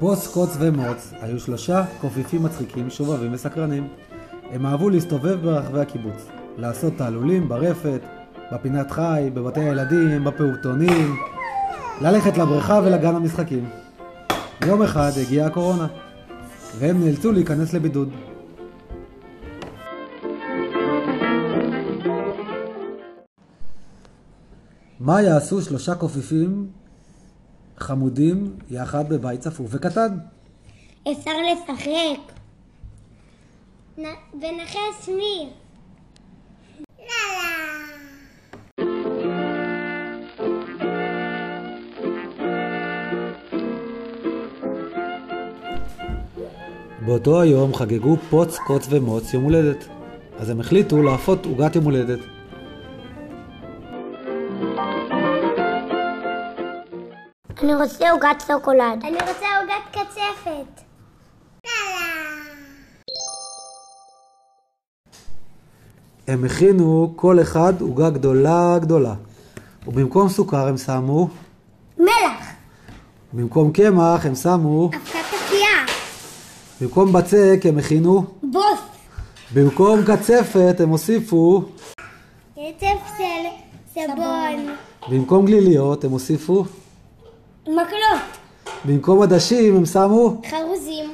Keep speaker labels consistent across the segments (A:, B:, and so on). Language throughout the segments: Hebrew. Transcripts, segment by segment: A: בוס, קוץ ומוץ היו שלושה קופיפים מצחיקים, שובבים וסקרנים. הם אהבו להסתובב ברחבי הקיבוץ, לעשות תעלולים ברפת, בפינת חי, בבתי הילדים, בפעוטונים, ללכת לבריכה ולגן המשחקים. יום אחד הגיעה הקורונה, והם נאלצו להיכנס לבידוד. מה יעשו שלושה קופיפים חמודים יחד בבית צפוף וקטן?
B: אפשר לשחק. ונחש מי?
A: באותו היום חגגו פוץ, קוץ ומוץ יום הולדת, אז הם החליטו להפות עוגת יום הולדת.
C: אני רוצה עוגת שוקולד.
B: אני רוצה עוגת קצפת.
A: הם הכינו כל אחד עוגה גדולה גדולה, ובמקום סוכר הם שמו,
B: מלח.
A: במקום קמח הם שמו,
B: אבקת אפייה.
A: במקום בצק הם הכינו,
B: בוס.
A: במקום קצפת הם הוסיפו,
B: קצף של סבון.
A: במקום גליליות הם הוסיפו,
B: מקלות.
A: במקום עדשים הם שמו,
B: חרוזים. לא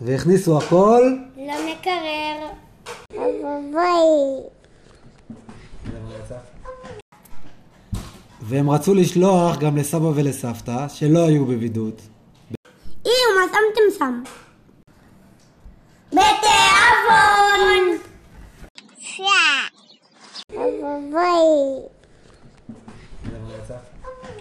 A: והכניסו הכל.
B: למקרר.
A: והם רצו לשלוח גם לסבא ולסבתא, שלא היו בבידוד.
C: איום, מה שמתם שם?
B: בתיאבון.